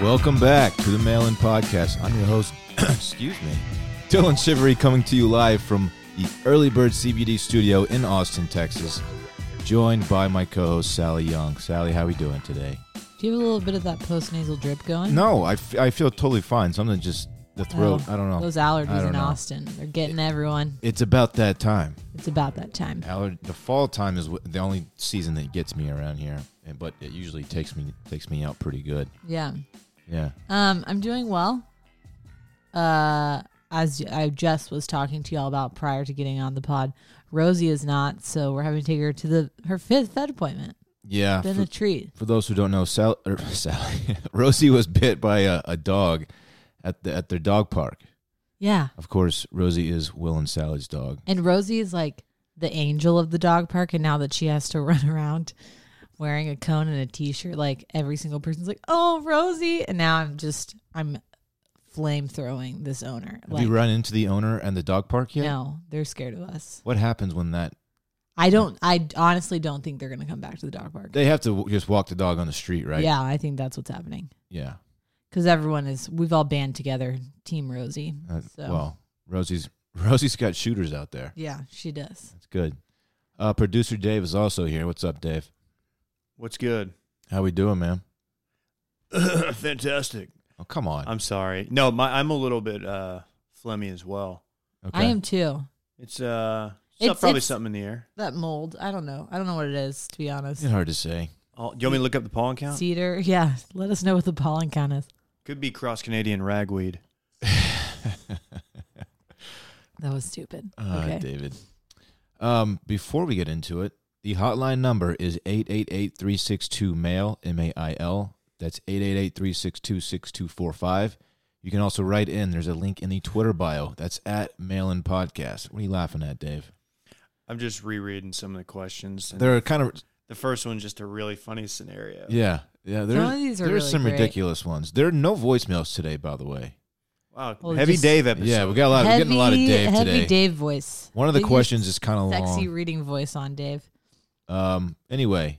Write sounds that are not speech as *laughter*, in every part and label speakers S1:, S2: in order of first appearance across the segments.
S1: Welcome back to the Mail In Podcast. I'm your host, *clears throat* excuse me, Dylan Shivery, coming to you live from the Early Bird CBD studio in Austin, Texas, joined by my co host, Sally Young. Sally, how are we doing today?
S2: Do you have a little bit of that post nasal drip going? Oh.
S1: No, I, f- I feel totally fine. Something just, the throat, I don't know.
S2: Those
S1: I
S2: allergies
S1: don't
S2: in
S1: know.
S2: Austin. They're getting everyone.
S1: It's about that time.
S2: It's about that time.
S1: Aller- the fall time is wh- the only season that gets me around here, and- but it usually takes me takes me out pretty good.
S2: Yeah.
S1: Yeah.
S2: Um, I'm doing well. Uh, as I just was talking to y'all about prior to getting on the pod, Rosie is not, so we're having to take her to the her fifth vet appointment.
S1: Yeah.
S2: Been
S1: Uh, for-
S2: a treat.
S1: For those who don't know, Sal- er, *laughs* Sally, Rosie was bit by a, a dog at the at their dog park.
S2: Yeah.
S1: Of course, Rosie is Will and Sally's dog.
S2: And Rosie is like the angel of the dog park, and now that she has to *laughs* run around wearing a cone and a t-shirt, like every single person's like, "Oh, Rosie!" And now I'm just I'm flame throwing this owner.
S1: Have
S2: Like,
S1: you run into the owner and the dog park yet?
S2: no, they're scared of us.
S1: What happens when that?
S2: I don't. I honestly don't think they're gonna come back to the dog park.
S1: They have to w- just walk the dog on the street, right?
S2: Yeah, I think that's what's happening
S1: Yeah.
S2: because everyone is we've all band together, Team Rosie.
S1: Uh,
S2: So.
S1: Well, Rosie's *laughs* Rosie's got shooters out there.
S2: Yeah, she does.
S1: That's good. Uh, Producer Dave is also here. What's up, Dave?
S3: What's good?
S1: How we doing, man?
S3: Fantastic.
S1: Oh, come on.
S3: I'm sorry. No, my I'm a little bit uh phlegmy as well.
S1: Okay.
S2: I am too.
S3: It's uh it's,
S2: It's-
S3: probably
S2: it's-
S3: something in the air.
S2: That mold. I don't know. I don't know what it is to be honest.
S1: It's hard to say. *laughs*
S3: Oh, do you want me to look up the pollen count?
S2: Cedar. Yeah. Let us know what the pollen count is.
S3: Could be cross Canadian ragweed.
S2: That was stupid.
S1: Uh,
S2: okay.
S1: David. Um, before we get into it, the hotline number is 888-362-MAIL, M-A-I-L. That's 888-362-6245. You can also write in. There's a link in the Twitter bio. That's at Mail In Podcast. What are you laughing at, Dave?
S3: I'm just rereading some of the questions. and
S1: They're kind of,
S3: the first one's just a really funny scenario.
S1: yeah. Yeah, there's,
S2: of these are
S1: there's
S2: really
S1: some
S2: great.
S1: ridiculous ones. There are no voicemails today, by the way.
S3: Wow.
S2: Well,
S3: heavy
S2: just-
S3: Dave episode.
S1: Yeah, we got a lot. we're getting a lot of Dave
S2: heavy
S1: today.
S2: Dave voice.
S1: One of the
S2: Give your
S1: questions is kind of
S2: Sexy
S1: long.
S2: reading voice on Dave.
S1: Um. Anyway,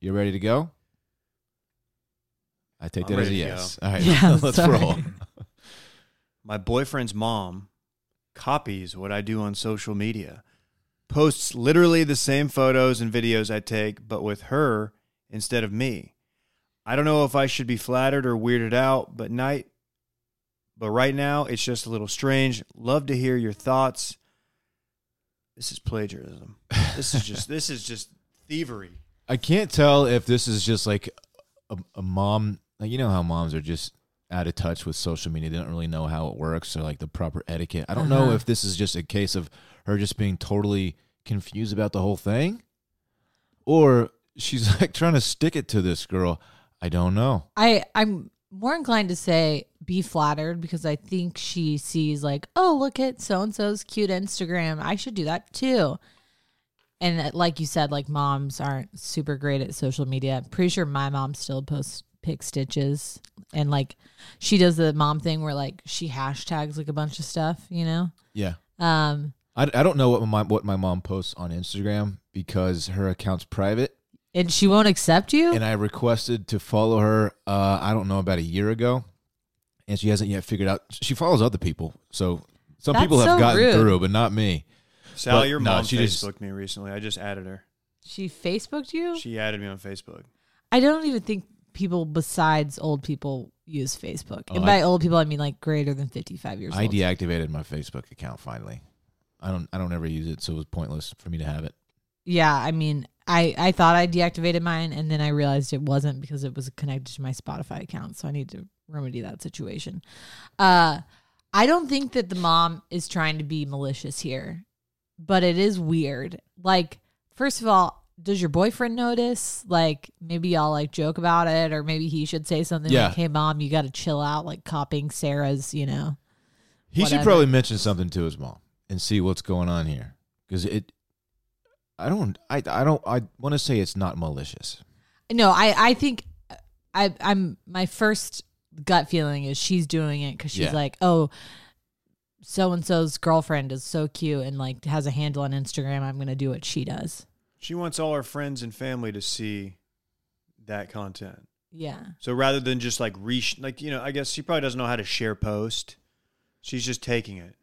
S1: you ready to go? I take
S3: I'm
S1: that as a
S3: ready to
S1: yes. All right,
S2: Yeah,
S1: *laughs*
S2: I'm
S1: let's
S2: sorry.
S1: roll.
S3: My boyfriend's mom copies what I do on social media, posts literally the same photos and videos I take, but with her instead of me. I don't know if I should be flattered or weirded out, but night but right now it's just a little strange. Love to hear your thoughts. This is plagiarism. This is just this is just
S1: *laughs*
S3: thievery.
S1: I can't tell if this is just like a, a mom. Like you know how moms are just out of touch with social media. They don't really know how it works or like the proper etiquette. I don't know
S2: Uh-huh.
S1: if this is just a case of her just being totally confused about the whole thing, or she's *laughs* like trying to stick it to this girl. I don't know.
S2: I I'm more inclined to say be flattered because I think she sees like, oh, look at so and so's cute Instagram. I should do that too. And uh, like you said, like moms aren't super great at social media. I'm pretty sure my mom still posts pick stitches and like she does the mom thing where like she hashtags like a bunch of stuff, you know?
S1: Yeah.
S2: Um
S1: I, I don't know what my what my mom posts on Instagram because her account's private,
S2: and she won't accept you?
S1: and I requested to follow her. Uh, I don't know about a year ago, and she hasn't yet figured out. She follows other people, so some
S2: That's
S1: people have
S2: so
S1: gotten
S2: rude.
S1: through, but not me.
S3: Sal,
S1: But
S3: your
S1: no,
S3: mom
S1: she
S3: Facebooked
S1: just-
S3: me recently. I just added her.
S2: she Facebooked you?
S3: She added me on Facebook.
S2: I don't even think people besides old people use Facebook.
S1: Oh,
S2: and by old people, I mean like greater than 55 years
S1: I
S2: old.
S1: deactivated my Facebook account finally. I don't I don't ever use it, so it was pointless for me to have it.
S2: Yeah, I mean, I, I thought I deactivated mine and then I realized it wasn't because it was connected to my Spotify account. So I need to remedy that situation. Uh, I don't think that the mom is trying to be malicious here, but it is weird. Like, first of all, does your boyfriend notice? Like, maybe y'all like joke about it, or maybe he should say something
S1: Yeah.
S2: like, "Hey, mom, you got to chill out," like copying Sarah's, you know.
S1: He should
S2: Whatever.
S1: probably mention something to his mom and see what's going on here because it. I don't. I. I don't. I want to say it's not malicious.
S2: No, I I think I I'm my first gut feeling is she's doing it because she's
S1: Yeah.
S2: like, oh, so and so's girlfriend is so cute and like has a handle on Instagram. I'm gonna do what she does.
S3: She wants all her friends and family to see that content.
S2: Yeah.
S3: So rather than just like re like you know, I guess she probably doesn't know how to share post. She's just taking it.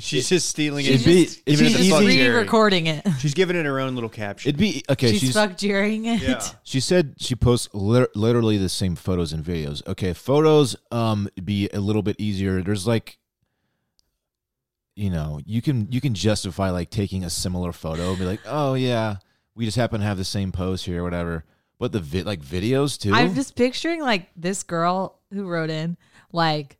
S3: *laughs* she's just stealing
S1: It'd
S3: it.
S2: She's
S1: be-
S2: just,
S1: it'd
S3: be
S2: she's
S3: the
S2: just
S3: fucking Jerry.
S2: re-recording it. *laughs*
S3: She's giving it her own little caption.
S1: It'd be okay.
S2: she's,
S1: She's,
S2: fuck Jerrying
S1: *laughs*
S2: it.
S3: yeah.
S1: she said she posts lit- literally the same photos and videos. Okay, photos um be a little bit easier. There's like you know, you can you can justify like taking a similar photo and be like, "Oh yeah, we just happen to have the same pose here or whatever." But the vi- like videos too.
S2: *laughs* I'm just picturing like this girl who wrote in like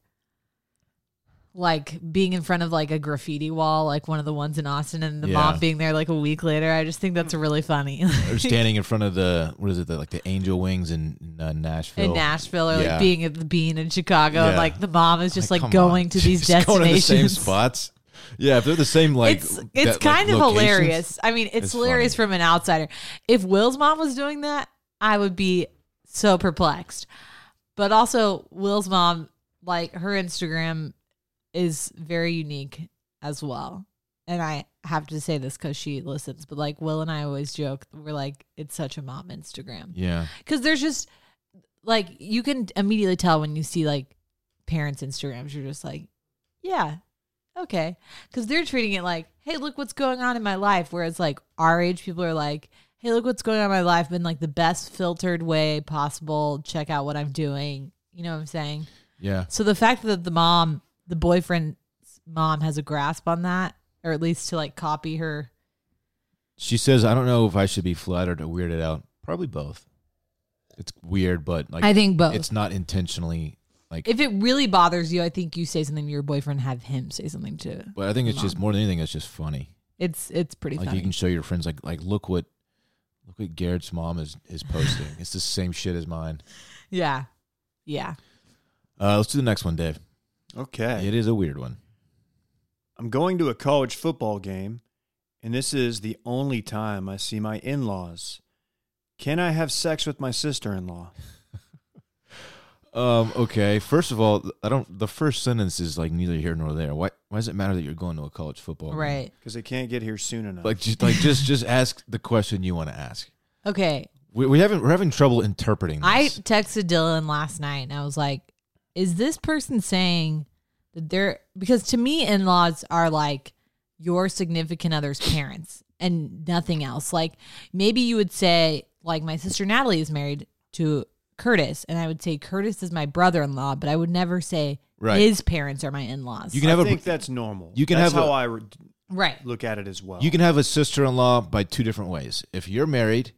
S2: like being in front of like a graffiti wall, like one of the ones in Austin and the
S1: Yeah.
S2: mom being there like a week later. I just think that's really funny. *laughs*
S1: or standing in front of the what is it the, like the Angel Wings in, in, uh, Nashville.
S2: in Nashville or
S1: Yeah.
S2: like being at the bean in Chicago and
S1: Yeah.
S2: like the mom is just like,
S1: come
S2: going
S1: on. *laughs*
S2: to these
S1: Just going to the
S2: destinations.
S1: same spots. Yeah, if they're the same like
S2: it's
S1: that-
S2: it's
S1: like,
S2: kind of
S1: locations.
S2: hilarious. I mean, it's,
S1: It's
S2: hilarious from an outsider. If Will's mom was doing that, I would be so perplexed. But also, Will's mom, like her Instagram, is very unique as well. And I have to say this because she listens, but like Will and I always joke, we're like, it's such a mom Instagram
S1: Yeah.
S2: because there's just like you can immediately tell when you see like parents instagrams you're just like yeah okay because they're treating it like hey look what's going on in my life whereas like our age people are like hey look what's going on in my life in like the best filtered way possible check out what i'm doing you know what i'm saying
S1: Yeah.
S2: so the fact that the mom the boyfriend's mom has a grasp on that or at least to like copy her
S1: She says, "I don't know if I should be flattered or weirded out. Probably both. It's weird, but like
S2: i think both
S1: it's not intentionally like.
S2: if it really bothers you, I think you say something to your boyfriend, have him say something to.
S1: but I think it's
S2: Mom.
S1: just more than anything, it's just funny.
S2: It's it's pretty
S1: Like
S2: funny.
S1: you can show your friends, like like look what look what Garrett's mom is is
S2: *laughs*
S1: posting. it's the same shit as mine.
S2: yeah, yeah.
S1: Uh, let's do the next one, Dave.
S3: Okay.
S1: It is a weird one.
S3: I'm going to a college football game, and this is the only time I see my in laws. Can I have sex with my sister in law?
S1: Um, okay. First of all, I don't. The first sentence is like neither here nor there. Why? Why does it matter that you're going to a college football? game?
S2: Right.
S3: Because they can't get here soon enough.
S1: Like just like just just ask the question you want to ask.
S2: Okay.
S1: We we haven't we're having trouble interpreting. This.
S2: I texted Dylan last night and I was like, "Is this person saying that they're because to me in laws are like your significant other's parents and nothing else. Like maybe you would say like my sister Natalie is married to Curtis, and I would say Curtis is my brother in law, but I would never say
S1: Right.
S2: his parents are my in laws.
S1: You can
S3: I
S1: have a
S3: think that's normal.
S1: you can
S3: that's
S1: have a-
S3: how I re-
S2: right.
S3: look at it as well.
S1: you can have a sister-in-law by two different ways. If you're married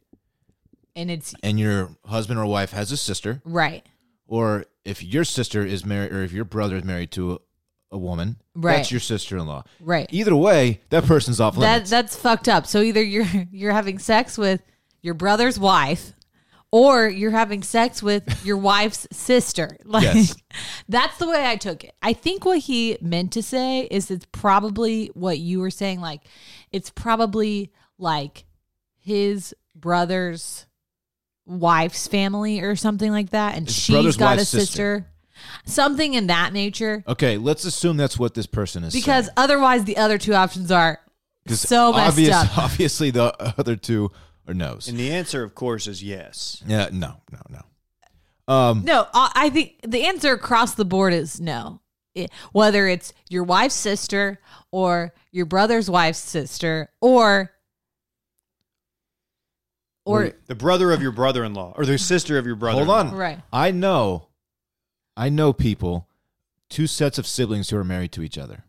S2: and it's
S1: and your husband or wife has a sister,
S2: right,
S1: or if your sister is married, or if your brother is married to a, a woman,
S2: Right.
S1: that's your sister-in-law.
S2: right.
S1: Either way, that person's off
S2: That
S1: limits.
S2: that's fucked up. So either you're you're having sex with your brother's wife, or you're having sex with your wife's sister. *laughs* Like
S1: Yes.
S2: that's the way I took it. I think what he meant to say is it's probably what you were saying. Like it's probably like his brother's wife's family or something like that, and
S1: His
S2: she's
S1: brother's
S2: got a
S1: wife's
S2: sister.
S1: sister. Oh,
S2: Something in that nature.
S1: okay, let's assume that's what this person is
S2: Because
S1: saying.
S2: otherwise, the other two options are
S1: 'Cause
S2: so messed
S1: obvious- *laughs*
S2: up.
S1: Obviously, the other two are no's.
S3: and the answer, of course, is yes.
S1: yeah, no, no, no. Um,
S2: No, I I think the answer across the board is no. It- whether it's your wife's sister or your brother's wife's sister or or
S3: the brother of your brother in law or the sister of your brother.
S1: Hold on.
S2: Right.
S1: I know, I know people, two sets of siblings who are married to each other.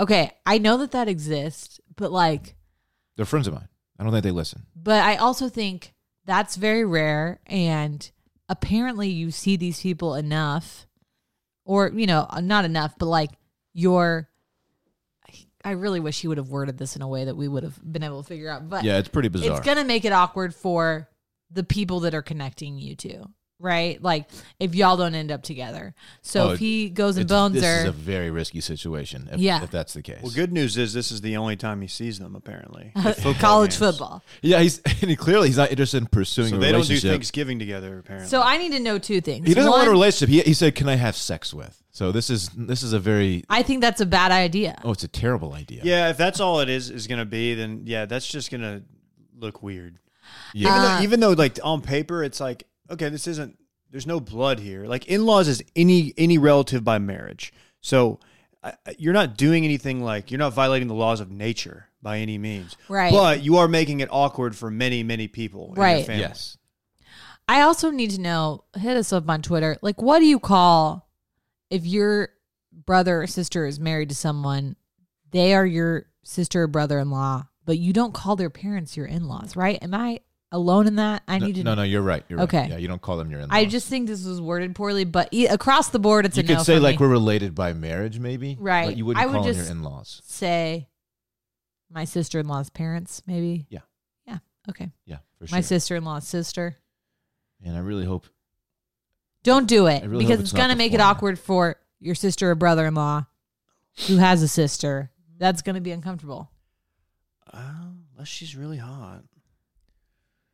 S2: okay, I know that that exists, but like
S1: They're friends of mine. I don't think they listen.
S2: but I also think that's very rare and apparently you see these people enough or you know, not enough, but like your I really wish he would have worded this in a way that we would have been able to figure out. But
S1: Yeah, it's pretty bizarre.
S2: It's going to make it awkward for the people that are connecting you to, right? Like if y'all don't end up together. So
S1: Oh,
S2: if he goes and
S1: It's-
S2: bones
S1: this is a
S2: her,
S1: very risky situation. If,
S2: Yeah.
S1: if that's the case.
S3: Well, good news is this is the only time he sees
S2: *laughs*
S3: them, apparently. at
S2: college
S3: games.
S2: football.
S1: Yeah, he's *laughs* and he, clearly he's not interested in pursuing
S3: So
S1: a
S3: they don't do
S1: relationship.
S3: Thanksgiving together, apparently.
S2: So I need to know two things.
S1: he doesn't want a
S2: One,
S1: relationship. He, he said, "Can I have sex with?" So this is this is a very
S2: I think that's a bad idea.
S1: oh, it's a terrible idea.
S3: yeah, if that's all it is is going to be, then yeah, that's just going to look weird.
S1: Yeah.
S2: Ah.
S3: Even though, even though, like on paper, it's like okay, this isn't there's no blood here. Like in-laws is any any relative by marriage. So I, I- you're not doing anything like you're not violating the laws of nature by any means.
S2: Right.
S3: But you are making it awkward for many many people. In your
S2: Right.
S3: family.
S1: Yes.
S2: I also need to know, hit us up on Twitter. Like, what do you call if your brother or sister is married to someone, they are your sister or brother in law, but you don't call their parents your in laws, right? Am I alone in that? I
S1: no,
S2: need to
S1: no, no, you're right. You're
S2: Okay.
S1: right. Yeah, you don't call them your in-laws.
S2: I just think this was worded poorly, but e- across the board, it's
S1: you
S2: a
S1: could
S2: no
S1: say
S2: for
S1: like
S2: me.
S1: we're related by marriage, maybe.
S2: Right.
S1: But you wouldn't
S2: I would
S1: call them
S2: just-
S1: your in-laws.
S2: say my sister in law's parents, maybe.
S1: Yeah.
S2: Yeah. Okay.
S1: Yeah, for
S2: My
S1: sure.
S2: sister in law's sister.
S1: and I really hope
S2: Don't do it
S1: I really
S2: because
S1: hope
S2: it's
S1: it's not
S2: gonna
S1: the
S2: make it
S1: former.
S2: awkward for your sister or brother in law who has a sister. That's gonna be uncomfortable.
S3: Oh, unless she's really hot,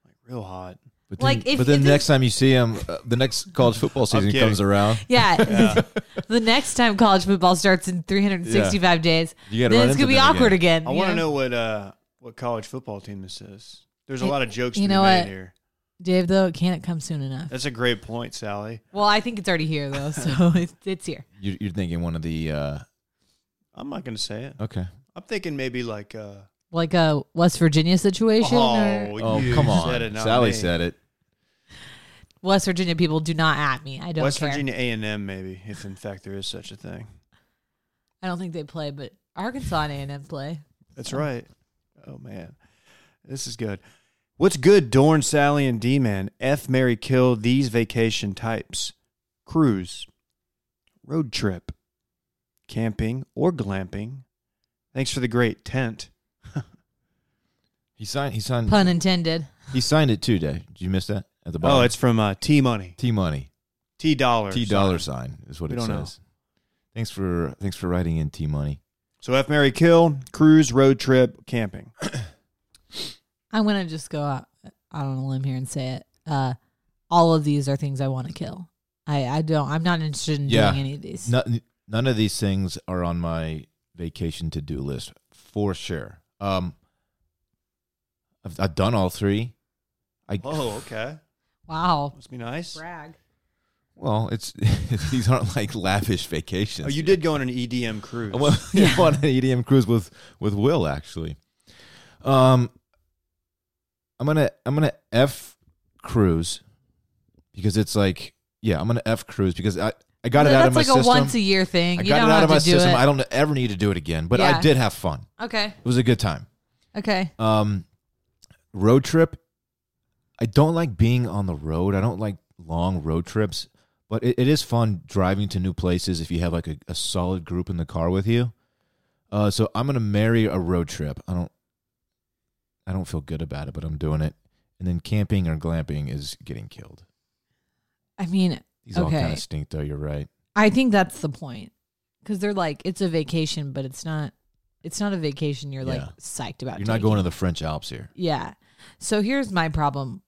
S3: like real hot.
S1: But
S2: Like,
S1: then,
S2: if
S1: but then
S2: it
S1: the
S2: is-
S1: next time you see him, uh, the next college football season
S3: kidding.
S1: comes around, *laughs*
S2: Yeah. *laughs* the next time college football starts in 365 days,
S1: you got to
S2: then
S1: run
S2: it's
S1: into
S2: gonna be
S1: them
S2: awkward again.
S3: I
S2: you
S3: want to know what uh what college football team this is. There's a
S2: Hey,
S3: lot of jokes
S2: you
S3: to
S2: know
S3: be made
S2: what?
S3: here.
S2: Dave. Though it can't come soon enough.
S3: That's a great point, Sally.
S2: Well, I think it's already
S1: *laughs*
S2: here though, so it's, it's here.
S1: You're, you're thinking one of the uh,
S3: I'm not going to say it.
S1: okay.
S3: I'm thinking maybe like uh
S2: Like a West Virginia situation. or-
S3: oh,
S1: Oh
S3: you
S1: come on,
S3: said it, not
S1: Sally
S3: me.
S1: said it.
S2: West Virginia people do not at me. I don't
S3: West
S2: care.
S3: Virginia A and M maybe if in fact there is such a thing.
S2: I don't think they play, but Arkansas and A&M play.
S3: That's right. Oh man, this is good. What's good, Dorn, Sally, and D man? F Mary kill these vacation types: cruise, road trip, camping, or glamping. Thanks for the great tent.
S1: He signed. He signed.
S2: Pun intended.
S1: He signed it too, Dave. Did you miss that at the bottom?
S3: Oh, it's from uh, T Money,
S1: T money.
S3: T Dollar,
S1: T dollar sign is what
S3: We
S1: it
S3: don't know.
S1: says. Thanks for thanks for writing in T money.
S3: So F Mary kill, cruise, road trip, camping.
S2: I'm gonna just go out, out on a limb here and say it. Uh, all of these are things I want to kill. I, I don't. I'm not interested in
S1: Yeah.
S2: doing any of these.
S1: None, none of these things are on my vacation to do list for sure. Um, I've, I've done all three. I
S3: *laughs* Oh, okay.
S2: Wow.
S3: Must be nice.
S2: Brag.
S1: well, it's *laughs* these aren't like lavish vacations.
S3: Oh, you did go on an EDM cruise.
S1: I *laughs* went, I went on an EDM cruise with with Will actually. Um, I'm gonna I'm gonna F cruise because it's like yeah I'm gonna F cruise because I I got it out
S2: That's
S1: of my
S2: like
S1: system.
S2: a once a year thing.
S1: I
S2: you
S1: got
S2: don't
S1: it out
S2: have
S1: of my
S2: to do
S1: system.
S2: it.
S1: I don't ever need to do it again, but I
S2: Yeah.
S1: did have fun.
S2: okay.
S1: It was a good time.
S2: Okay.
S1: Um, road trip. I don't like being on the road. I don't like long road trips, but it, it is fun driving to new places if you have like a, a solid group in the car with you. Uh, so I'm gonna marry a road trip. I don't, I don't feel good about it, but I'm doing it. And then camping or glamping is getting killed.
S2: I mean,
S1: These all kind
S2: Okay.
S1: of stink, though. You're right.
S2: I think that's the point because they're like it's a vacation, but it's not. It's not a vacation. You're like
S1: Yeah.
S2: psyched about.
S1: You're not
S2: taking.
S1: going to the French Alps here.
S2: Yeah. So here's my problem.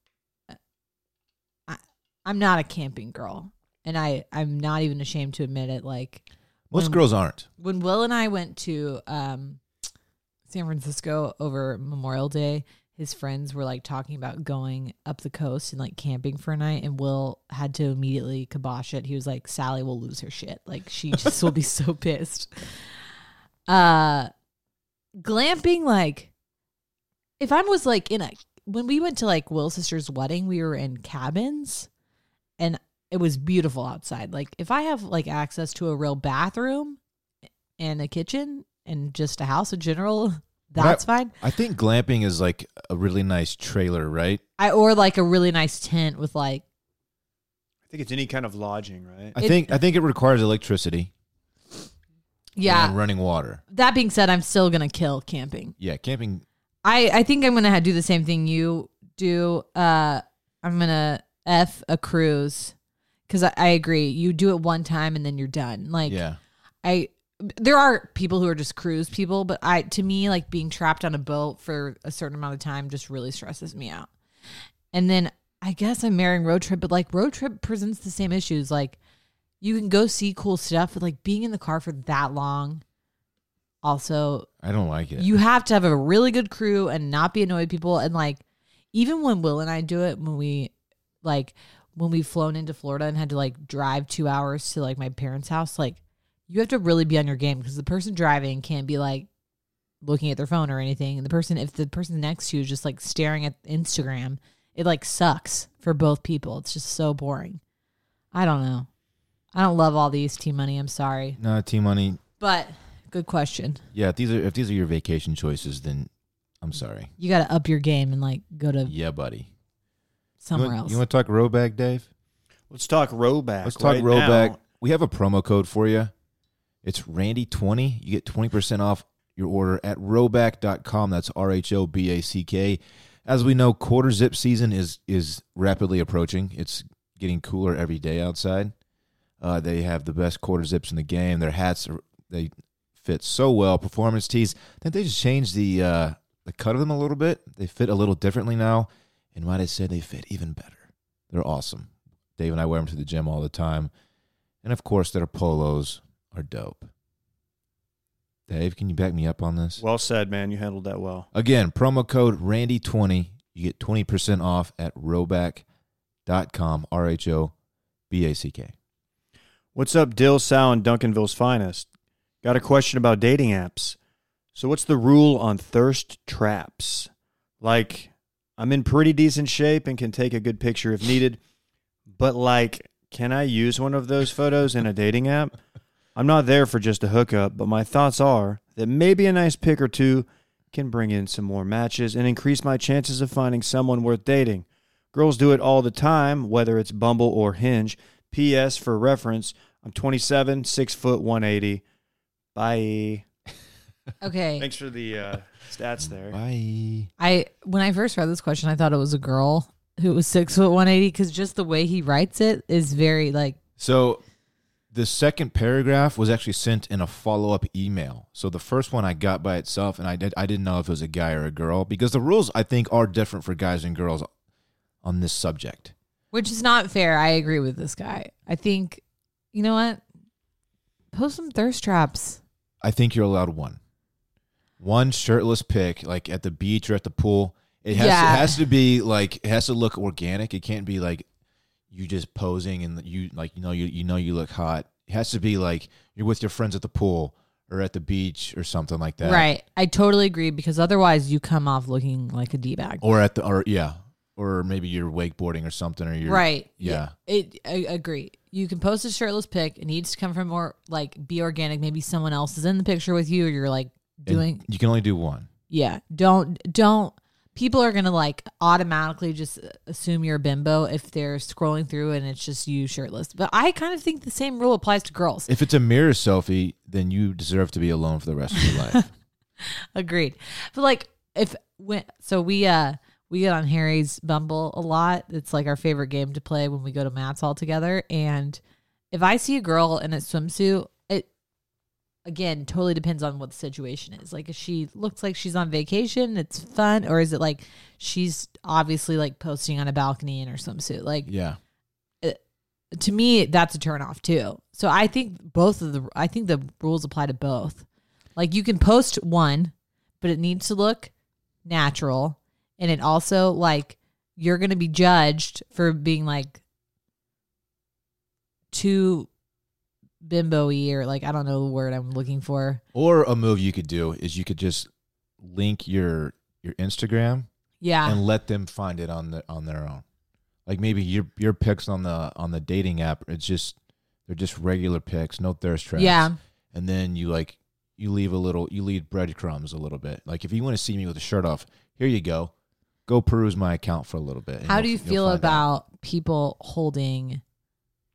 S2: I, I'm not a camping girl, and I I'm not even ashamed to admit it. Like
S1: Most
S2: Mm.
S1: girls aren't.
S2: when Will and I went to um, San Francisco over Memorial Day, his friends were like talking about going up the coast and like camping for a night, and Will had to immediately kibosh it. He was like, "Sally will lose her shit. Like she just will
S1: *laughs*
S2: be so pissed." Uh, glamping like if I was like in a when we went to like Will's sister's wedding, we were in cabins, and it was beautiful outside. Like if I have like access to a real bathroom and a kitchen and just a house in general,
S1: But I-
S2: that's fine.
S1: I think glamping is like a really nice trailer, right?
S2: I or like a really nice tent with like
S3: I think it's any kind of lodging, right?
S1: I
S2: It-
S1: think I think it requires electricity
S2: yeah.
S1: and running water.
S2: That being said, I'm still gonna kill camping.
S1: Yeah, camping.
S2: I I think I'm gonna ha- do the same thing you do. Uh, I'm gonna f a cruise because I, I agree. You do it one time and then you're done. Like
S1: yeah,
S2: I there are people who are just cruise people, but I to me like being trapped on a boat for a certain amount of time just really stresses me out. And then I guess I'm marrying road trip, but like road trip presents the same issues. Like you can go see cool stuff, but like being in the car for that long also
S1: I don't like it.
S2: you have to have a really good crew and not be annoyed people and like even when will and i do it when we like when we've flown into Florida and had to like drive two hours to like my parents' house, like you have to really be on your game because the person driving can't be like looking at their phone or anything. And the person, if the person next to you is just like staring at Instagram, it like sucks for both people. It's just so boring. I don't know. I don't love all these T money. I'm sorry,
S1: No, T Money.
S2: but good question.
S1: Yeah, if these are if these are your vacation choices, then I'm sorry.
S2: You got to up your game and like go to
S1: Yeah, buddy.
S2: somewhere
S1: you want,
S2: else.
S1: You want to talk Roback, Dave?
S3: Let's talk rowback.
S1: Let's talk
S3: right
S1: Roback.
S3: now.
S1: We have a promo code for you. It's Randy20. You get 20% off your order at roback.com. That's R H O B A C K. As we know, quarter zip season is is rapidly approaching. It's getting cooler every day outside. Uh, they have the best quarter zips in the game. Their hats are, they fit so well. Performance tees. I think they just changed the uh, the cut of them a little bit. They fit a little differently now, and might I say they fit even better. They're awesome. Dave and I wear them to the gym all the time. And of course, their polos are dope. Dave, can you back me up on this?
S3: Well said, man. You handled that well.
S1: Again, promo code Randy20. You get 20% off at roback.com, R H O B A C K.
S3: What's up, Dill, Sal, and Duncanville's finest? Got a question about dating apps. So, what's the rule on thirst traps? Like, I'm in pretty decent shape and can take a good picture if needed, but like, can I use one of those photos in a dating app? I'm not there for just a hookup, but my thoughts are that maybe a nice pick or two can bring in some more matches and increase my chances of finding someone worth dating. Girls do it all the time, whether it's Bumble or Hinge. P.S. for reference, I'm 27, six foot, 180. Bye.
S2: okay.
S3: Thanks for the uh, stats there.
S1: Bye.
S2: I when I first read this question, I thought it was a girl who was six foot one eighty because just the way he writes it is very like
S1: So the second paragraph was actually sent in a follow up email. So the first one I got by itself, and I did I didn't know if it was a guy or a girl because the rules I think are different for guys and girls on this subject.
S2: which is not fair. I agree with this guy. I think you know what? Post some thirst traps.
S1: I think you're allowed one. One shirtless pic, like at the beach or at the pool. It has
S2: Yeah.
S1: to, has to be like it has to look organic. It can't be like you just posing and you like you know you you know you look hot. It has to be like you're with your friends at the pool or at the beach or something like that.
S2: Right. I totally agree because otherwise you come off looking like a D bag.
S1: Or at the or yeah. Or maybe you're wakeboarding or something or you're
S2: Right.
S1: Yeah.
S2: It I agree. You can post a shirtless pic. It needs to come from more like be organic. Maybe someone else is in the picture with you or you're like
S1: and
S2: doing
S1: you can only do one.
S2: Yeah. Don't don't people are going to like automatically just uh, assume you're a bimbo if they're scrolling through and it's just you shirtless. But I kind of think the same rule applies to girls.
S1: If it's a mirror selfie, then you deserve to be alone for the rest of your
S2: *laughs*
S1: life.
S2: Agreed. But like if when so we uh we get on Harry's Bumble a lot. It's like our favorite game to play when we go to Matt's all together and if I see a girl in a swimsuit, it again totally depends on what the situation is. Like if she looks like she's on vacation, it's fun, or is it like she's obviously like posting on a balcony in her swimsuit? Like
S1: yeah.
S2: to me, that's a turnoff too. So I think both of the I think the rules apply to both. Like you can post one, but it needs to look natural, and it also like you're going to be judged for being like too bimbo-y or like I don't know the word I'm looking for.
S1: Or a move you could do is you could just link your your Instagram
S2: Yeah,
S1: and let them find it on the on their own. Like maybe your your pics on the on the dating app, it's just they're just regular pics, no thirst traps.
S2: yeah.
S1: And then you like you leave a little you leave breadcrumbs a little bit. Like if you want to see me with a shirt off, here you go. Go peruse my account for a little bit. and
S2: How do
S1: you'll-
S2: you
S1: you'll
S2: feel
S1: find out.
S2: about people holding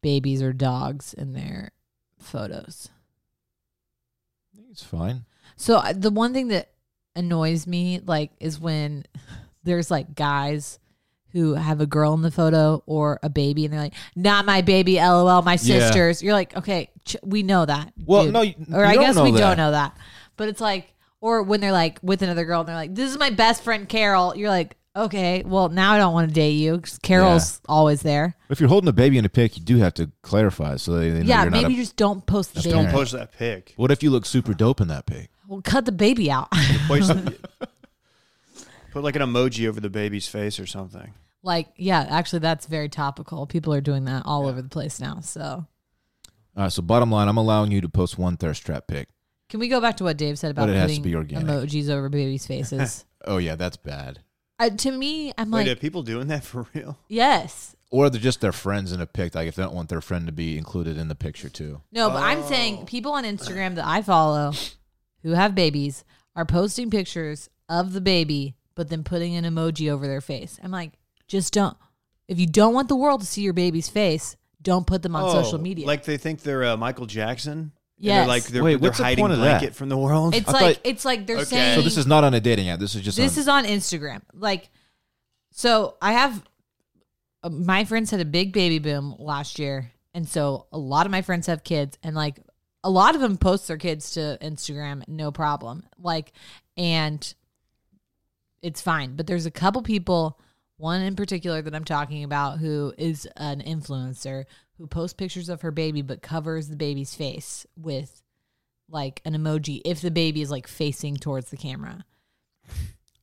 S2: babies or dogs in their photos?
S1: I think it's fine.
S2: So uh, the one thing that annoys me like is when *laughs* there's like guys who have a girl in the photo or a baby and they're like not my baby lol my
S1: Yeah.
S2: sisters you're like okay ch- we know that
S1: Well,
S2: dude.
S1: no, you-
S2: or
S1: you
S2: i
S1: don't
S2: guess
S1: know
S2: we
S1: that.
S2: don't know that but it's like or when they're like with another girl and they're like this is my best friend carol you're like okay well now i don't want to date you 'cause carol's always there
S1: If you're holding a baby in a pic, you do have to clarify so they, they know
S2: yeah
S1: you're not
S2: maybe
S1: a,
S2: you just don't post the
S1: That's
S2: baby
S1: don't
S3: Don't post that pic.
S1: What if you look super dope in that pic?
S2: well cut the baby out *laughs*
S3: *laughs* Post- Put like an emoji over the baby's face or something.
S2: Like, yeah, actually, that's very topical. People are doing that all over the place now. So,
S1: All right, so bottom line, I'm allowing you to post one thirst trap pic.
S2: can we go back to what Dave said about
S1: But it has to
S2: putting
S1: be organic.
S2: emojis over
S1: *laughs*
S2: babies' faces?
S1: Oh yeah, that's bad.
S2: uh, to me, I'm
S3: Wait,
S2: like,
S3: are people doing that for real?
S2: yes.
S1: Or they're just their friends in a pic. Like if they don't want their friend to be included in the picture too.
S2: No, but I'm
S1: Oh.
S2: saying people on Instagram that I follow who have babies are posting pictures of the baby, but then putting an emoji over their face. I'm like, just don't. If you don't want the world to see your baby's face, don't put them on social
S3: Oh,
S2: media.
S3: Like they think they're uh, Michael Jackson. Yeah.
S2: Yes.
S3: They're like they're,
S1: Wait,
S3: they're
S1: what's the
S3: hiding
S1: point of that?
S3: blanket from the world.
S2: it's
S1: I
S2: like
S1: thought-
S2: it's like they're
S3: Okay.
S2: saying
S1: So this is not on a dating app. This is just
S2: this
S1: on,
S2: is on Instagram. Like, so I have uh, my friends had a big baby boom last year, and so a lot of my friends have kids, and like a lot of them post their kids to Instagram, no problem. Like, and it's fine. But there's a couple people, one in particular that I'm talking about, who is an influencer who posts pictures of her baby but covers the baby's face with like an emoji if the baby is like facing towards the camera.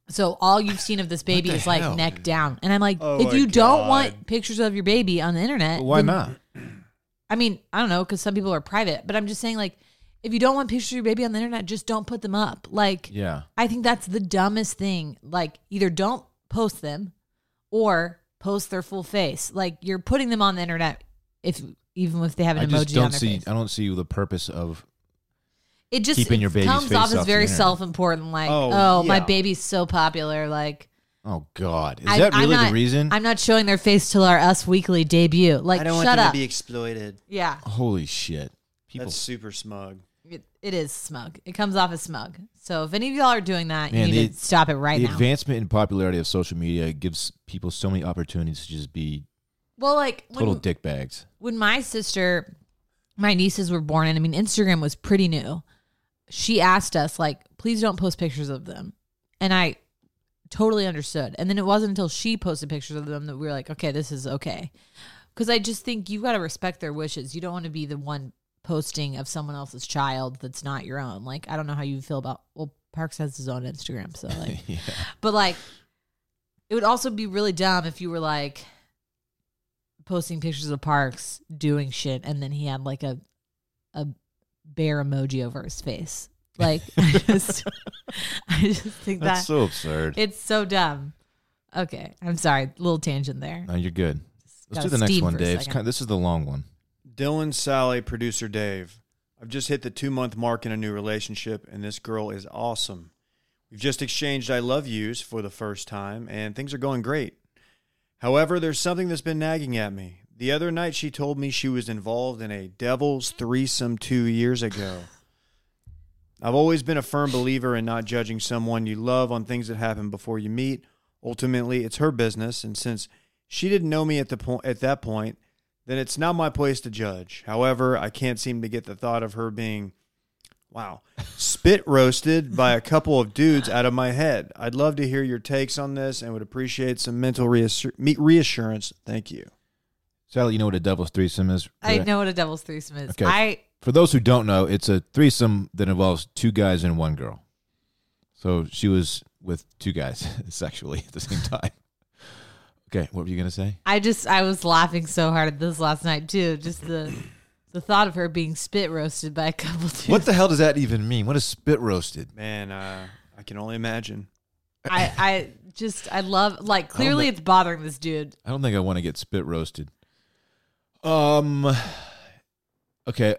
S2: So all you've seen of this baby
S1: the
S2: is like
S1: hell,
S2: neck down. And I'm like,
S3: Oh
S2: if
S3: my
S2: you don't
S3: God.
S2: want pictures of your baby on the internet,
S1: Well, why
S2: then-
S1: not?
S2: I mean, I don't know, because some people are private, but I'm just saying like if you don't want pictures of your baby on the internet, just don't put them up. Like
S1: Yeah.
S2: I think that's the dumbest thing. Like, either don't post them or post their full face. Like, you're putting them on the internet if even if they have an
S1: I
S2: emoji
S1: just
S2: on
S1: don't
S2: their
S1: see
S2: face.
S1: I don't see the purpose of
S2: It just
S1: keeping your
S2: it
S1: baby's
S2: comes
S1: face
S2: off
S1: off
S2: as
S1: the
S2: very
S1: internet.
S2: self-important. Like, oh,
S3: Oh,
S2: my
S3: yeah.
S2: baby's so popular. Like,
S1: Oh God. Is
S2: I-
S1: that
S2: I'm
S1: really
S2: not-
S1: the reason?
S2: I'm not showing their face till our Us Weekly debut. Like,
S3: I don't want
S2: shut
S3: them
S2: up.
S3: to be exploited.
S2: yeah,
S1: Holy shit. People
S3: That's super smug.
S2: it, it is smug. It comes off as smug. So if any of y'all are doing that,
S1: Man,
S2: you need
S1: the-
S2: to stop it right
S1: the
S2: now.
S1: advancement in popularity of social media gives people so many opportunities to just be
S2: well, like when-
S1: total dick bags.
S2: when my sister, my nieces were born, and I mean, Instagram was pretty new. She asked us, like, please don't post pictures of them. And I totally understood. And then it wasn't until she posted pictures of them that we were like, okay, this is okay. Because I just think you got to respect their wishes. You don't want to be the one posting of someone else's child that's not your own. Like, I don't know how you feel about, well, Parks has his own Instagram. So, like,
S1: *laughs* yeah.
S2: but like, it would also be really dumb if you were like posting pictures of Parks doing shit, and then he had like a a bear emoji over his face. Like,
S1: *laughs*
S2: I just, I just think
S1: That's
S2: that
S1: so absurd.
S2: it's so dumb. Okay, I'm sorry, little tangent there.
S1: no, you're good. Let's
S2: Gotta
S1: do the next
S2: steam
S1: one,
S2: for a
S1: Dave. It's
S2: second.
S1: kind- this is the long one.
S3: Dylan, Sally, producer Dave. I've just hit the two month mark in a new relationship, and this girl is awesome. We've just exchanged I love yous for the first time, and things are going great. However, there's something that's been nagging at me. The other night, she told me she was involved in a devil's threesome two years ago. I've always been a firm believer in not judging someone you love on things that happen before you meet. Ultimately, it's her business, and since she didn't know me at the point at that point, then it's not my place to judge. However, I can't seem to get the thought of her being wow, spit roasted by a couple of dudes out of my head. I'd love to hear your takes on this and would appreciate some mental reassur- me- reassurance. Thank you.
S1: Sally, you know what a devil's threesome is?
S2: I
S1: right?
S2: know what a devil's threesome is.
S1: Okay.
S2: I
S1: For those who don't know, it's a threesome that involves two guys and one girl. So she was with two guys *laughs* sexually at the same time. *laughs* Okay, what were you gonna say?
S2: I just I was laughing so hard at this last night too. Just the the thought of her being spit roasted by a couple dudes.
S1: What the hell does that even mean? What is spit roasted?
S3: Man, uh, I can only imagine.
S2: I, I just I love like clearly it's bothering this dude.
S1: I don't think I want to get spit roasted. Um okay,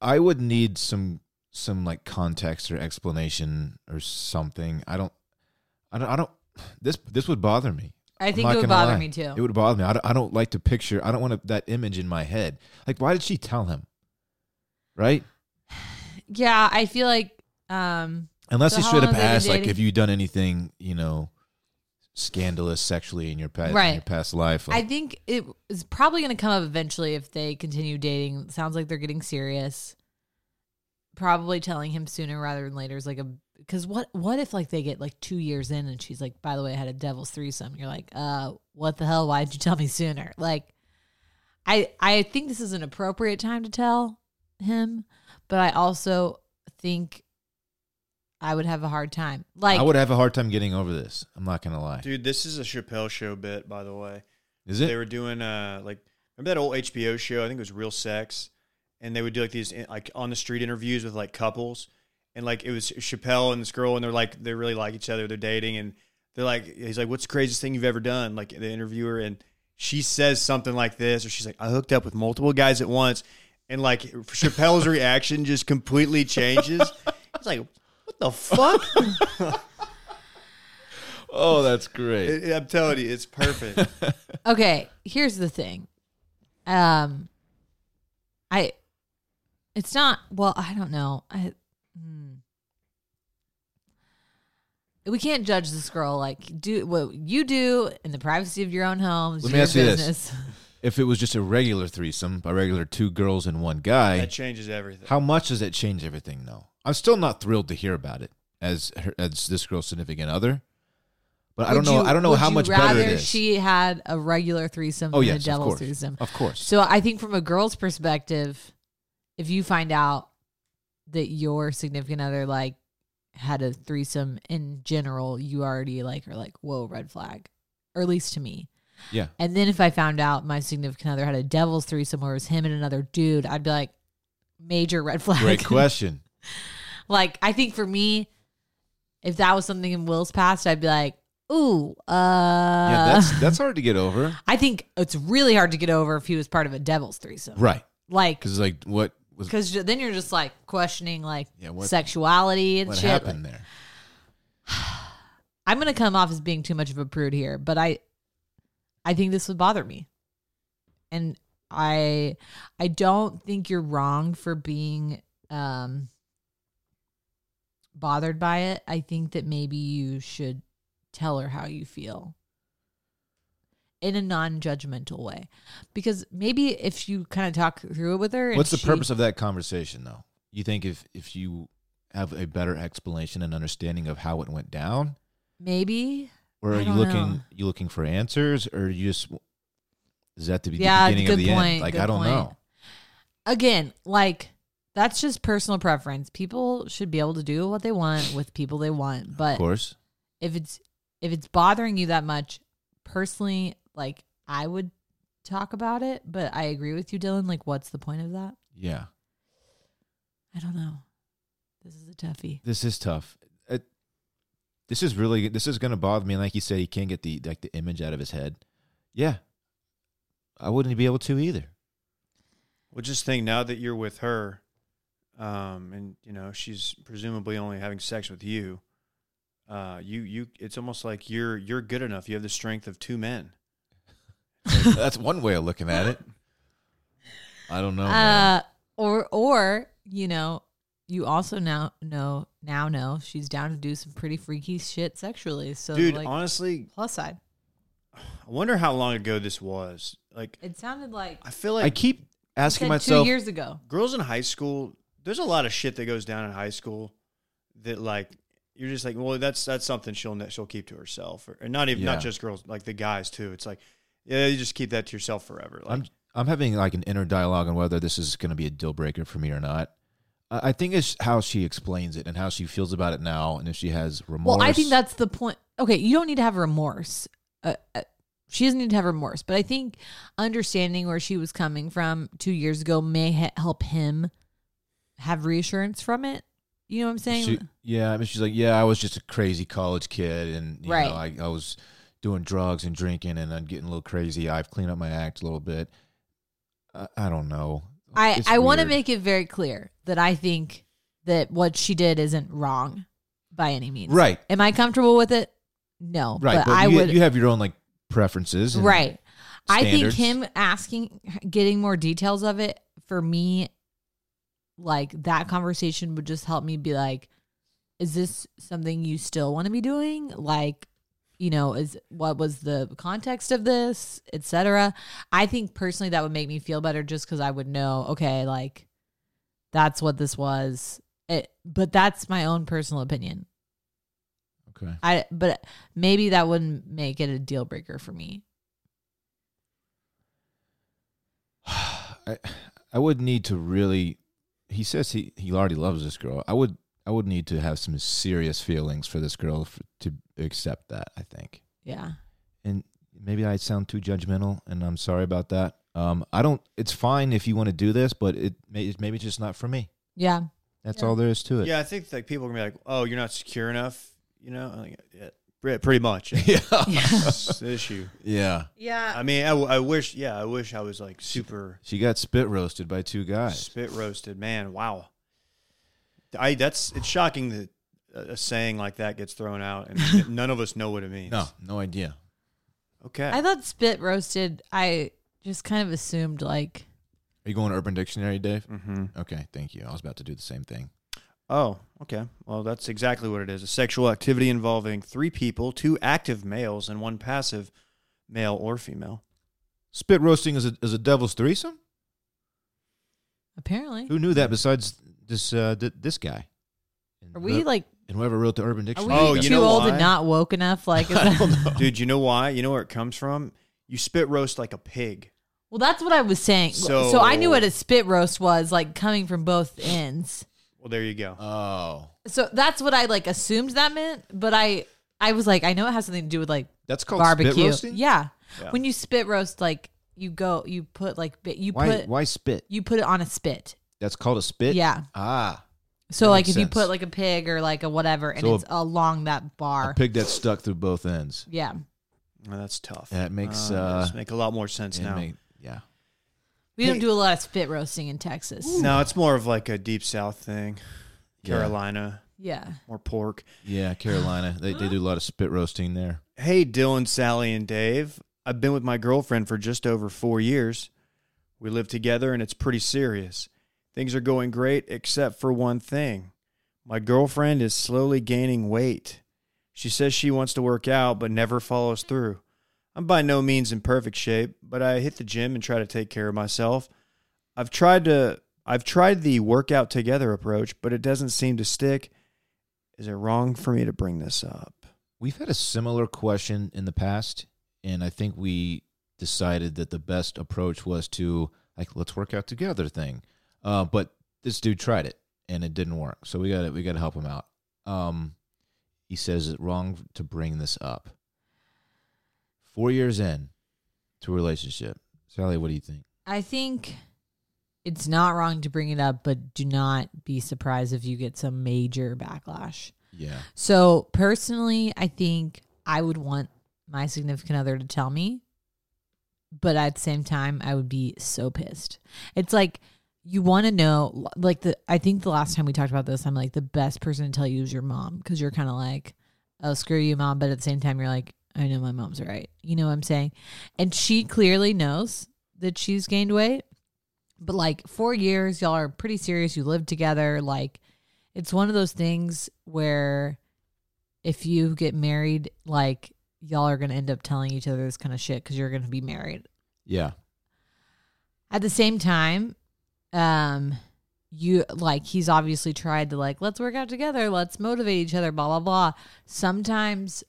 S1: I would need some some like context or explanation or something. I don't I don't I don't this this would bother me.
S2: I
S1: I'm
S2: think
S1: not
S2: it would
S1: gonna
S2: bother
S1: lie.
S2: me too.
S1: It would bother me. I don't, I don't like to picture. I don't want to, that image in my head. Like, why did she tell him? Right?
S2: yeah, I feel like um
S1: Unless
S2: So
S1: he
S2: how
S1: straight
S2: long
S1: up
S2: have they been
S1: asked, like,
S2: dating?
S1: have you done anything, you know, scandalous sexually in your past, in
S2: Right.
S1: your past life?
S2: I
S1: Like,
S2: think it is probably going to come up eventually if they continue dating. It sounds like they're getting serious. Probably telling him sooner rather than later is like a because what what if like they get like two years in and she's like, by the way, I had a devil's threesome. You're like, uh, what the hell? Why did you tell me sooner? Like, I I think this is an appropriate time to tell him, but I also think I would have a hard time. Like
S1: I would have a hard time getting over this. I'm not gonna lie.
S3: Dude, this is a Chappelle show bit, by the way.
S1: Is it?
S3: They were doing uh like remember that old HBO show? I think it was Real Sex, and they would do like these in- like on the street interviews with like couples, and like it was Chappelle and this girl, and they're like they really like each other, they're dating, and they're like he's like, "What's the craziest thing you've ever done?" Like the interviewer, and she says something like this, or she's like, "I hooked up with multiple guys at once," and like Chappelle's reaction just completely *laughs* changes. It's like. What the fuck?
S1: oh, that's great.
S3: *laughs* I- I'm telling you, it's perfect. *laughs*
S2: okay, here's the thing. Um I it's not well, I don't know. I hmm. We can't judge this girl like do what you do in the privacy of your own home. It's
S1: Let me
S2: your
S1: ask you this.
S2: business.
S1: If it was just a regular threesome, a regular two girls and one guy,
S3: That changes everything.
S1: how much does it change everything? though? I'm still not thrilled to hear about it as her, as this girl's significant other. But I don't
S2: Would
S1: know.
S2: you-
S1: I don't know
S2: would
S1: how
S2: you
S1: much
S2: rather
S1: better it is.
S2: She had a regular threesome
S1: oh
S2: than
S1: yes,
S2: a
S1: of
S2: devil's
S1: course,
S2: threesome.
S1: of course.
S2: So I think from a girl's perspective, if you find out that your significant other like had a threesome in general, you already like are like, whoa, red flag. Or at least to me.
S1: Yeah.
S2: And then if I found out my significant other had a devil's threesome where it was him and another dude, I'd be like, major red *laughs* flag.
S1: Great question.
S2: like I think for me, if that was something in Will's past, I'd be like, ooh, uh
S1: yeah, that's that's hard to get over.
S2: *laughs* I think it's really hard to get over if he was part of a devil's threesome.
S1: Right.
S2: Like
S1: Because like what was
S2: because then you're just like questioning like
S1: Yeah, what-
S2: sexuality and
S1: what
S2: shit.
S1: happened there?
S2: I'm gonna come off as being too much of a prude here, but I, I think this would bother me, and I, I don't think you're wrong for being um bothered by it. I think that maybe you should tell her how you feel in a non-judgmental way because maybe if you kind of talk through it with her and
S1: What's the
S2: she-
S1: purpose of that conversation though? You think if if you have a better explanation and understanding of how it went down,
S2: maybe
S1: or
S2: I
S1: are you
S2: don't
S1: looking
S2: know.
S1: you looking for answers, or you just is that the be-
S2: Yeah,
S1: beginning of
S2: good
S1: the end?
S2: point,
S1: Like
S2: good
S1: I don't
S2: point.
S1: know.
S2: again, like that's just personal preference. People should be able to do what they want with people they want.
S1: of
S2: But
S1: course,
S2: if it's if it's bothering you that much, personally, like I would talk about it. But I agree with you, Dylan. Like, what's the point of that?
S1: yeah.
S2: I don't know. This is a toughie.
S1: This is tough. It, this is really this is going to bother me. And like you said, he can't get the like the image out of his head. Yeah, I wouldn't be able to
S2: *laughs*
S1: either.
S3: Well, just think now that you're with her, um, and you know she's presumably only having sex with you. Uh, you you, it's almost like you're you're good enough. You have the strength of two men.
S1: That's one way of looking at it. I don't know. Oh, man.
S2: uh, or or you know, you also now know now know she's down to do some pretty freaky shit sexually. So
S3: Dude,
S2: like,
S3: honestly,
S2: plus side,
S3: I wonder how long ago this was. Like,
S2: it sounded like.
S3: I feel like
S1: I keep asking
S2: uh, said
S1: myself.
S2: two years ago.
S3: girls in high school. There's a lot of shit that goes down in high school that like you're just like, well, that's that's something she'll ne- she'll keep to herself, or, and not even
S1: Yeah.
S3: not just girls, like the guys too. It's like, yeah, you just keep that to yourself forever. Like,
S1: I'm I'm having like an inner dialogue on whether this is going to be a deal breaker for me or not. I I think it's how she explains it and how she feels about it now, and if she has remorse.
S2: Well, I think that's the point. Okay, you don't need to have remorse. Uh, uh, she doesn't need to have remorse, but I think understanding where she was coming from two years ago may ha- help him have reassurance from it. You know what I'm saying?
S1: She, yeah, I mean, she's like, yeah, I was just a crazy college kid, and you
S2: Right.
S1: know, I, I was doing drugs and drinking, and I'm getting a little crazy. I've cleaned up my act a little bit. I, I don't know.
S2: I,
S1: It's
S2: I want to
S1: weird.
S2: make it very clear that I think that what she did isn't wrong by any means.
S1: right,
S2: Am I comfortable with it? No.
S1: right,
S2: But,
S1: but,
S2: I
S1: you,
S2: would.
S1: you have your own like preferences, and-
S2: right. I think
S1: standards.
S2: him asking, getting more details of it for me, like that conversation would just help me be like, is this something you still want to be doing? Like, you know, is what was the context of this, etc. I think personally that would make me feel better just because I would know, okay, like that's what this was. It, but that's my own personal opinion.
S1: Okay,
S2: I but maybe that wouldn't make it a deal breaker for me.
S1: I I would need to really. He says he he already loves this girl. I would I would need to have some serious feelings for this girl f to accept that. I think,
S2: Yeah.
S1: and maybe I sound too judgmental, and I'm sorry about that. Um, I don't. It's fine if you want to do this, but it may, it's- maybe it's just not for me.
S2: Yeah.
S1: That's
S2: Yeah.
S1: all there is to it. *laughs*
S3: Yeah, I think like people are gonna be like, "Oh, you're not secure enough," you know. I'm Like, yeah, pre- pretty much.
S1: *laughs* yeah.
S3: *laughs* It's the issue.
S1: Yeah.
S2: Yeah.
S3: I mean, I, w- I wish. Yeah, I wish I was like super
S1: She got spit roasted by two guys.
S3: spit roasted, man. Wow. I that's it's shocking that a a saying like that gets thrown out and none of us know what it means.
S1: No, no idea.
S3: Okay.
S2: I thought spit roasted, I just kind of assumed like,
S1: Are you going to Urban Dictionary, Dave?
S3: mm-hmm.
S1: Okay, thank you. I was about to do the same thing.
S3: Oh, okay. Well, that's exactly what it is. A sexual activity involving three people, two active males and one passive male or female.
S1: Spit roasting is a is a devil's threesome.
S2: apparently.
S1: Who knew that? Besides this uh, th- this guy, and
S2: Are we
S1: the-
S2: like,
S1: and whoever wrote the Urban
S2: are
S1: Dictionary.
S2: we
S3: Oh, you
S2: too
S3: know
S2: old
S3: why?
S2: and not
S1: *laughs*
S2: woke enough? Like, is
S1: I
S2: that,
S1: don't know.
S3: Dude, you know why? You know where it comes from? You spit roast like a pig.
S2: *laughs* well, that's what I was saying. So,
S3: So-
S2: I knew what a spit roast was, like coming from both ends.
S3: Well, there you go.
S1: Oh,
S2: So that's what I like assumed that meant, but I, I was like, I know it has something to do with like
S1: that's called Oh, Spit
S2: barbecue.
S1: roasting?
S2: Yeah.
S3: Yeah.
S2: When you spit roast, like you go, you put like bit, you
S1: Why
S2: put
S1: why spit?
S2: you put it on a spit.
S1: That's called a spit.
S2: Yeah.
S1: Ah,
S2: So
S1: That
S2: like if
S1: makes
S2: you
S1: sense.
S2: put like a pig or like a whatever, and
S1: So
S2: it's along that
S1: a
S2: bar.
S1: pig that's stuck through both ends.
S2: yeah.
S3: Well, that's tough.
S1: That makes,
S3: does
S1: uh,
S3: make a lot more sense
S1: And
S3: now.
S1: make- yeah.
S2: We
S3: Hey.
S2: don't do a lot of spit roasting in Texas.
S3: no, it's more of like a deep south thing.
S1: Yeah.
S3: Carolina,
S2: Yeah.
S3: more pork.
S1: Yeah, Carolina. They they do a lot of spit roasting there.
S3: Hey, Dylan, Sally, and Dave. I've been with my girlfriend for just over four years. We live together and it's pretty serious. Things are going great except for one thing. My girlfriend is slowly gaining weight. She says she wants to work out but never follows through. I'm by no means in perfect shape, but I hit the gym and try to take care of myself. I've tried to I've tried the workout together approach, but it doesn't seem to stick. Is it wrong for me to bring this up?
S1: We've had a similar question in the past, and I think we decided that the best approach was to like let's work out together thing. Uh, but this dude tried it and it didn't work, so we got to we got to help him out. Um, he says it's wrong to bring this up. Four years in to a relationship, Sally, what do you think?
S2: I think it's not wrong to bring it up, but do not be surprised if you get some major backlash.
S1: Yeah,
S2: So personally, I think I would want my significant other to tell me, but at the same time, I would be so pissed. It's like you want to know, like the I think the last time we talked about this, I'm like the best person to tell you is your mom because you're kind of like, oh screw you, mom, but at the same time, you're like, I know my mom's right. You know what I'm saying? And she clearly knows that she's gained weight, but like four years, y'all are pretty serious. You live together, like it's one of those things where if you get married, like y'all are gonna end up telling each other this kind of shit because you're gonna be married.
S1: yeah,
S2: At the same time, um, you like he's obviously tried to like let's work out together, let's motivate each other, blah blah blah. Sometimes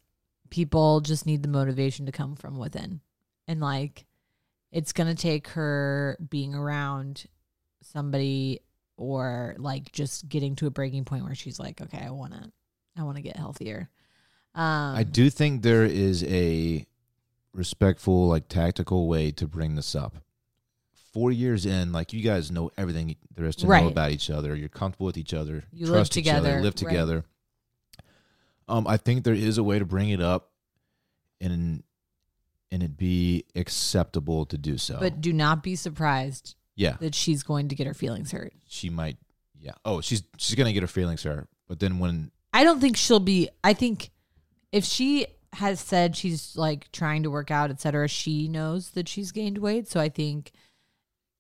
S2: people just need the motivation to come from within, and like it's gonna take her being around somebody or like just getting to a breaking point where she's like, okay, I wanna, I wanna get healthier. Um,
S1: I do think there is a respectful, like tactical way to bring this up. Four years in, like you guys know everything there is to know
S2: Right.
S1: about each other. You're comfortable with each other.
S2: You live
S1: trust each other.
S2: together,
S1: Live
S2: right.
S1: together. Um, I think there is a way to bring it up, and and it be acceptable to do so.
S2: But do not be surprised
S1: yeah,
S2: that she's going to get her feelings hurt.
S1: she might. Yeah. Oh, she's she's gonna get her feelings hurt. But then when
S2: I don't think she'll be. I think if she has said she's like trying to work out, et cetera, she knows that she's gained weight. So I think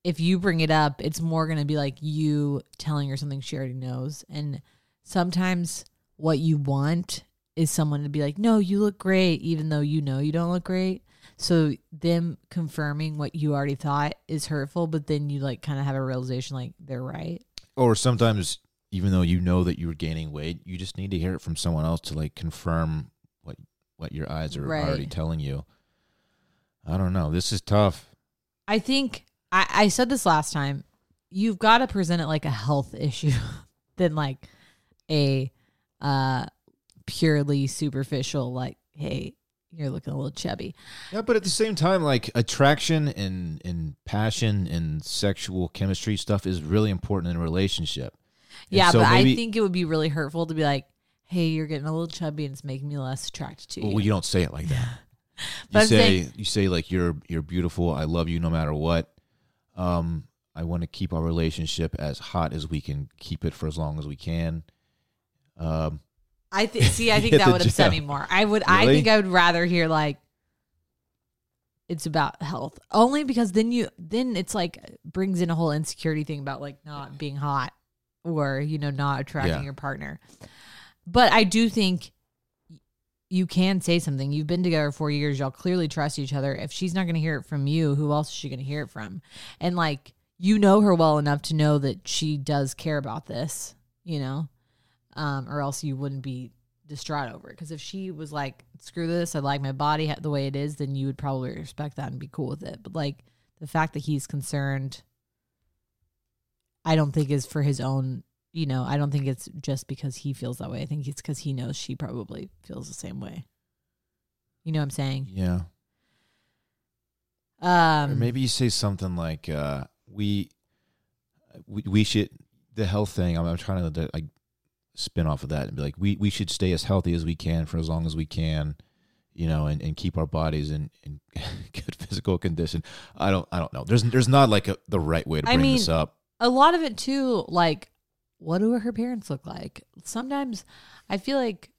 S2: if you bring it up, it's more going to be like you telling her something she already knows. And sometimes what you want is someone to be like, no, you look great, even though you know you don't look great. So them confirming what you already thought is hurtful, but then you like kind of have a realization like they're right.
S1: or sometimes even though you know that you're gaining weight, you just need to hear it from someone else to like confirm what what your eyes are
S2: Right.
S1: already telling you. I don't know. This is tough.
S2: I think I, I *laughs* said this last time. You've got to present it like a health issue, than like a uh, purely superficial like, hey, you're looking a little chubby.
S1: Yeah, but at the same time, like attraction and and passion and sexual chemistry stuff is really important in a relationship. And
S2: yeah,
S1: so
S2: but I
S1: maybe-
S2: think it would be really hurtful to be like, hey, you're getting a little chubby and it's making me less attracted to you.
S1: Well, you don't say it like
S2: *laughs*
S1: that. You
S2: But I'm
S1: say
S2: saying-
S1: you say like you're you're beautiful. I love you no matter what. Um, I want to keep our relationship as hot as we can keep it for as long as we can. Um,
S2: I
S1: *laughs*
S2: th- see. I think
S1: Yeah,
S2: that
S1: the
S2: would upset me
S1: joke.
S2: more. I would. I
S1: Really?
S2: think I would rather hear like it's about health only because then you then it's like brings in a whole insecurity thing about like not being hot or you know not attracting
S1: Yeah.
S2: your partner. But I do think you can say something. You've been together four years. Y'all clearly trust each other. If she's not going to hear it from you, who else is she going to hear it from? And like you know her well enough to know that she does care about this. You know um, or else you wouldn't be distraught over it. Because if she was like, "Screw this, I like my body ha- the way it is," then you would probably respect that and be cool with it. But like the fact that he's concerned, I don't think is for his own. You know, I don't think it's just because he feels that way. I think it's because he knows she probably feels the same way. You know what I'm saying?
S1: yeah. or
S2: Um,
S1: maybe you say something like uh, we, we we should the health thing. I'm, I'm trying to like spin off of that and be like we we should stay as healthy as we can for as long as we can, you know, and, and keep our bodies in, in *laughs* good physical condition. I don't I don't know. There's there's not like a, the right way to
S2: I
S1: bring this
S2: mean,
S1: up.
S2: a lot of it too like what do her parents look like sometimes i feel like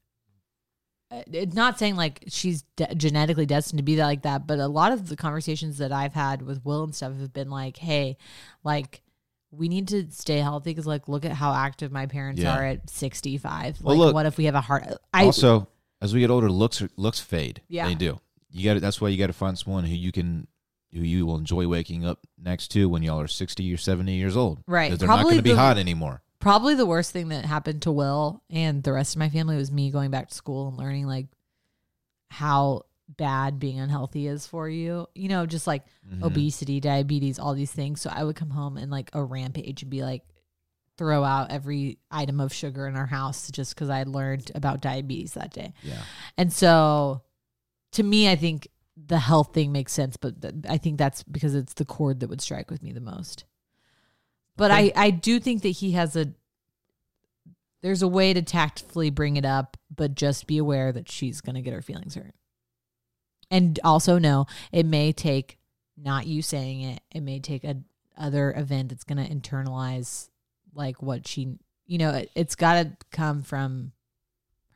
S2: uh, it's not saying like she's de- genetically destined to be that like that but a lot of the conversations that i've had with will and stuff have been like hey like we need to stay healthy because like look at how active my parents
S1: Yeah.
S2: are at 65
S1: Well,
S2: like
S1: look-
S2: what if we have a heart i
S1: also, as we get older, looks are- looks fade.
S2: Yeah.
S1: they do. You got to That's why you got to find someone who you can. Who you will enjoy waking up next to when y'all are sixty or seventy years old?
S2: Right.
S1: 'Cause they're not
S2: Probably
S1: going to be
S2: the-
S1: hot anymore.
S2: probably the worst thing that happened to Will and the rest of my family was me going back to school and learning like how bad being unhealthy is for you. You know, just like
S1: Mm-hmm.
S2: obesity, diabetes, all these things. So I would come home and like a rampage and be like throw out every item of sugar in our house just cuz I learned about diabetes that day.
S1: Yeah.
S2: And so to me I think the health thing makes sense, but th- I think that's because it's the chord that would strike with me the most. But I, I do think that he has a there's a way to tactfully bring it up, but just be aware that she's going to get her feelings hurt. And also know it may take not you saying it, it may take a other event that's going to internalize like what she, you know, it, it's got to come from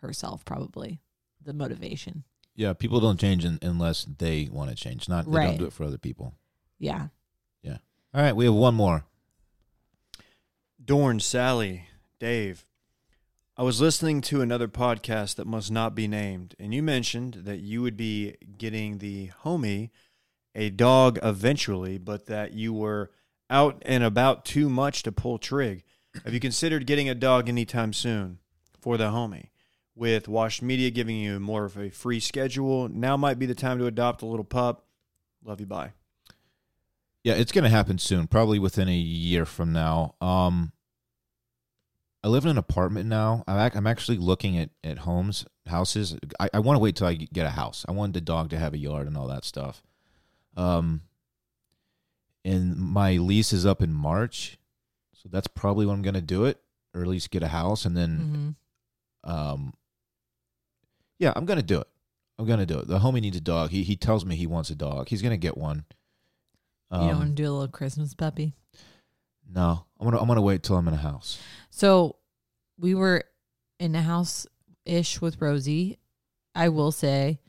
S2: herself probably. The motivation.
S1: Yeah, people don't change un unless they want to change. Not they
S2: Right.
S1: don't do it for other people.
S2: Yeah.
S1: All right, we have one more.
S3: Dorn, Sally, Dave. I was listening to another podcast that must not be named, and you mentioned that you would be getting the homie a dog eventually, but that you were out and about too much to pull trig. Have you considered getting a dog anytime soon for the homie? With Washed Media giving you more of a free schedule, now might be the time to adopt a little pup. Love you, bye.
S1: Yeah, it's going to happen soon, probably within a year from now. Um, I live in an apartment now. I'm, ac- I'm actually looking at, at homes, houses. I, I want to wait till I get a house. I want the dog to have a yard and all that stuff. Um, and my lease is up in March, so that's probably when I'm going to do it, or at least get a house, and then
S2: Mm-hmm.
S1: um yeah i'm gonna do it i'm gonna do it the homie needs a dog he he tells me he wants a dog he's gonna get one Um,
S2: you don't want to do a little Christmas puppy.
S1: no i'm gonna i'm gonna wait till i'm in a house
S2: So we were in a house ish with Rosie. I will say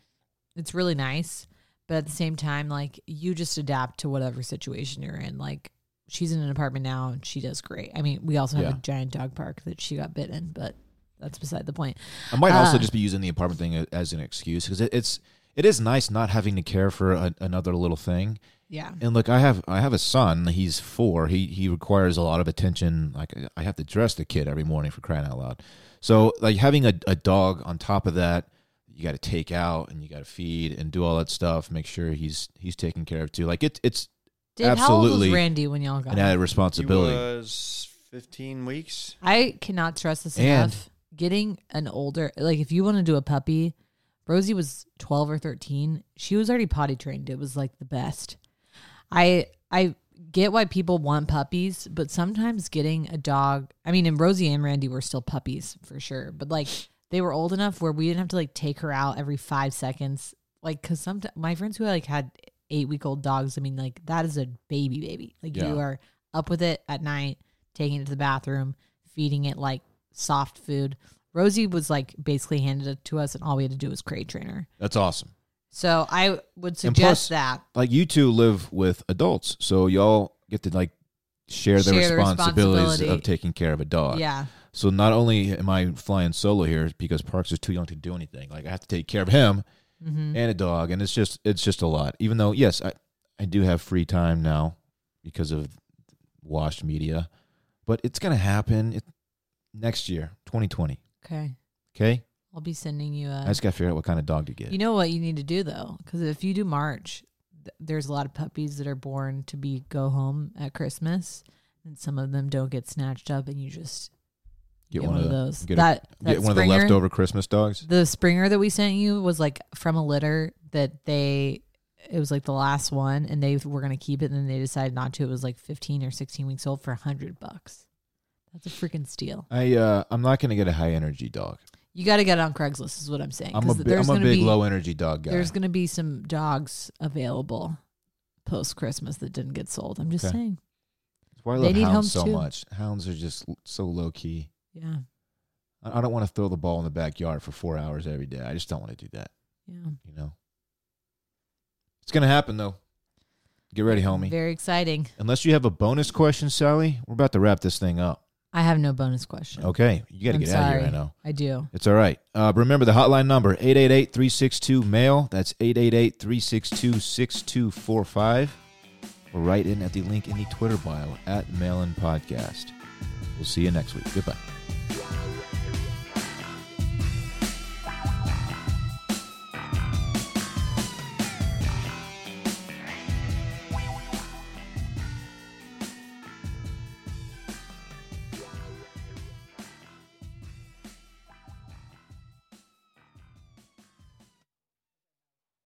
S2: it's really nice, but at the same time, like you just adapt to whatever situation you're in. Like she's in an apartment now and she does great. I mean, we also have
S1: Yeah.
S2: a giant dog park that she got bit in, but that's beside the point.
S1: i might also
S2: Uh.
S1: just be using the apartment thing a- as an excuse because it, it's it is nice not having to care for a, another little thing
S2: Yeah.
S1: and look i have i have a son he's four he he requires a lot of attention like i have to dress the kid every morning for crying out loud so like having a, a dog on top of that you got to take out and you got to feed and do all that stuff make sure he's he's taken care of too like it, it's
S2: Dave, how old was
S1: Absolutely.
S2: Randy when y'all got
S1: an
S2: him?
S3: uh,
S1: added responsibility
S3: He was 15 weeks.
S2: I cannot stress this
S1: And-
S2: enough. Getting an older, like if you want to do a puppy, Rosie was 12 or 13. She was already potty trained. It was like the best. I I get why people want puppies, but sometimes getting a dog, I mean, and Rosie and Randy were still puppies for sure, but like they were old enough where we didn't have to like take her out every 5 seconds like cuz some my friends who like had 8 week old dogs, I mean, like that is a baby baby. Like
S1: Yeah.
S2: you are up with it at night, taking it to the bathroom, feeding it like soft food. Rosie was like basically handed it to us, and all we had to do was crate trainer.
S1: That's awesome.
S2: So I would
S1: And plus,
S2: suggest that
S1: Like you two live with adults, so y'all get to like share the
S2: Share the
S1: responsibilities of
S2: responsibility.
S1: taking care of a dog.
S2: yeah,
S1: So not only am I flying solo here because Parks is too young to do anything. Like I have to take care of him
S2: Mm-hmm.
S1: and a dog, and it's just it's just a lot. Even though yes, I I do have free time now because of washed media, but it's gonna happen it, next year, 2020.
S2: okay.
S1: Okay,
S2: I'll be sending you
S1: I
S2: a.
S1: just gotta figure out what kind of dog to get.
S2: You know what you need to do though, because if you do March, th- there's a lot of puppies that are born to be go home at Christmas, and some of them don't get snatched up, and you just
S1: get, one, of the,
S2: those.
S1: get a-
S2: that that
S1: get one of the
S2: Springer-
S1: leftover Christmas dogs.
S2: The Springer that we sent you was like from a litter that they it was like the last one and they were gonna keep it and then they decided not to. It was like fifteen or sixteen weeks old for a hundred bucks. That's a freaking steal.
S1: I uh, I'm not gonna get a high energy dog.
S2: You got to get it on Craigslist is what I'm saying.
S1: I'm a
S2: 'cause
S1: bi-
S2: there's
S1: I'm a
S2: gonna
S1: big
S2: be,
S1: low energy dog guy.
S2: There's gonna be some dogs available post Christmas that didn't get sold. I'm just
S1: Okay.
S2: saying.
S1: That's why I
S2: they
S1: love
S2: need
S1: hounds
S2: homes
S1: so
S2: too.
S1: much. Hounds are just l- so low key.
S2: Yeah,
S1: I I don't want to throw the ball in the backyard for four hours every day. I just don't want to do that.
S2: yeah.
S1: You know, it's gonna happen though. Get ready, homie.
S2: Very exciting.
S1: Unless you have a bonus question, Sally, we're about to wrap this thing up.
S2: I have no bonus question.
S1: Okay, you got to
S2: I'm
S1: get out of here. I
S2: sorry.
S1: know.
S2: I do.
S1: It's all right. Uh, remember the hotline number 888 362 MAIL. That's 888 362 6245. Or write in at the link in the Twitter bio at Mailin Podcast. We'll see you next week. Goodbye.